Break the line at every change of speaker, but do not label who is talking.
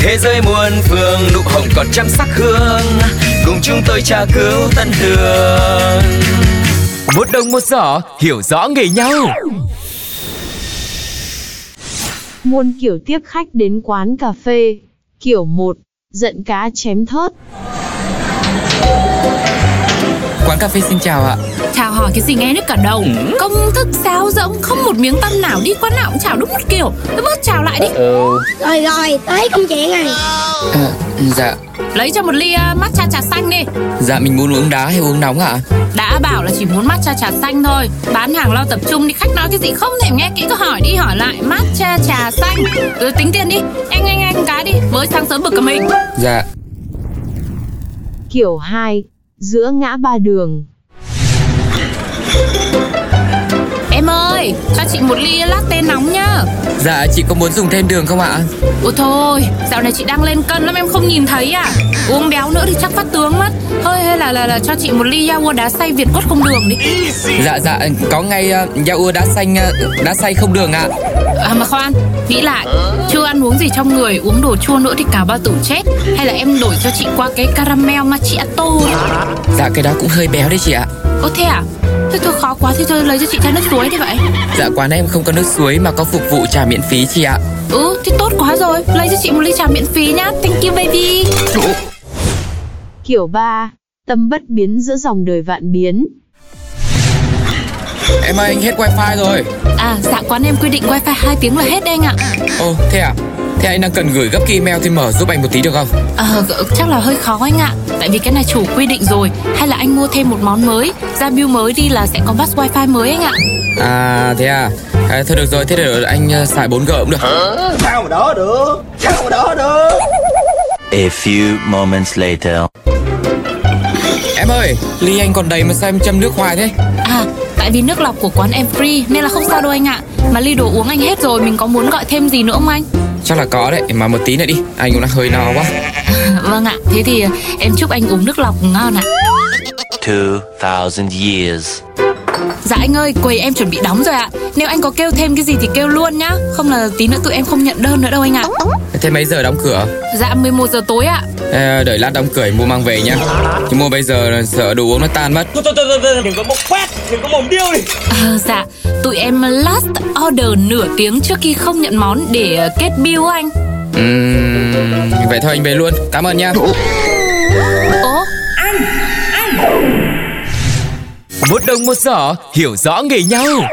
Thế giới muôn phương nụ hồng còn trăm sắc hương Cùng chúng tôi tra cứu tân đường Một đồng một giỏ hiểu rõ nghề nhau
Muôn kiểu tiếp khách đến quán cà phê. Kiểu 1. Giận cá chém thớt.
Quán cà phê xin chào ạ
Chào hỏi cái gì nghe nước cả đầu Công thức sao rỗng Không một miếng tăm nào Đi quán nào cũng chào đúng một kiểu Cứ bớt chào lại đi
Rồi rồi, tới công chuyện rồi
à, Dạ
Lấy cho một ly à, matcha trà xanh đi
Dạ mình muốn uống đá hay uống nóng ạ
Đã bảo là chỉ muốn matcha trà xanh thôi Bán hàng lo tập trung đi Khách nói cái gì không thèm nghe kỹ Cứ hỏi đi hỏi lại Matcha trà xanh ừ, Tính tiền đi Anh anh anh cái đi Mới sáng sớm bực cả mình
Dạ
Kiểu 2. Giữa ngã ba đường.
Em ơi Cho chị một ly latte nóng nhá
Dạ chị có muốn dùng thêm đường không ạ
Ôi thôi, dạo này chị đang lên cân lắm em không nhìn thấy à Uống béo nữa thì chắc phát tướng mất Thôi hay là là, là cho chị một ly yaourt đá xay Việt cốt không đường đi
Dạ dạ có ngay uh, yaourt đá xanh uh, đá xay không đường ạ
À mà khoan, nghĩ lại Chưa ăn uống gì trong người, uống đồ chua nữa thì cả bao tử chết Hay là em đổi cho chị qua cái caramel macchiato đi
Dạ cái đó cũng hơi béo đấy chị ạ
Có thế à? Thôi thôi khó quá, thế thôi lấy cho chị chai nước suối đi vậy
Dạ quán em không có nước suối mà có phục vụ trà miễn phí chị ạ
Ừ, thì tốt quá rồi, lấy cho chị một ly trà miễn phí nhá Thank you baby
Kiểu 3. Tâm bất biến giữa dòng đời vạn biến.
Em ơi anh hết wifi rồi
À, dạ quán em quy định wifi 2 tiếng là hết đây anh ạ
Ồ thế à Thế anh đang cần gửi gấp cái email thì mở giúp anh một tí được không
Ờ, g- chắc là hơi khó anh ạ Tại vì cái này chủ quy định rồi Hay là anh mua thêm một món mới Ra bill mới đi là sẽ có bắt wifi mới anh ạ
À thế à, à Thôi được rồi thế để anh uh, xài 4G cũng được
A few moments later
Em ơi ly anh còn đầy mà sao em châm nước hoài thế
À, tại vì nước lọc của quán em free Nên là không sao đâu anh ạ Mà ly đồ uống anh hết rồi Mình có muốn gọi thêm gì nữa không anh
Chắc là có đấy mà một tí nữa đi Anh cũng đang hơi no quá
Vâng ạ, thế thì em chúc anh uống nước lọc ngon ạ
2000 years
Dạ anh ơi, quầy em chuẩn bị đóng rồi ạ Nếu anh có kêu thêm cái gì thì kêu luôn nhá Không là tí nữa tụi em không nhận đơn nữa đâu anh ạ
Thế mấy giờ đóng cửa
Dạ 11 giờ tối ạ
Ờ, đợi lát đóng cửa mua mang về nhá Chứ mua bây giờ là sợ đồ uống nó tan mất
Ờ, dạ, tụi em last order nửa tiếng trước khi không nhận món để ờ, kết bill anh
Ừm, Vậy Ừ, thôi anh về luôn Cảm ơn nhá
Ố,
Một đồng một giỏ hiểu rõ nghề nhau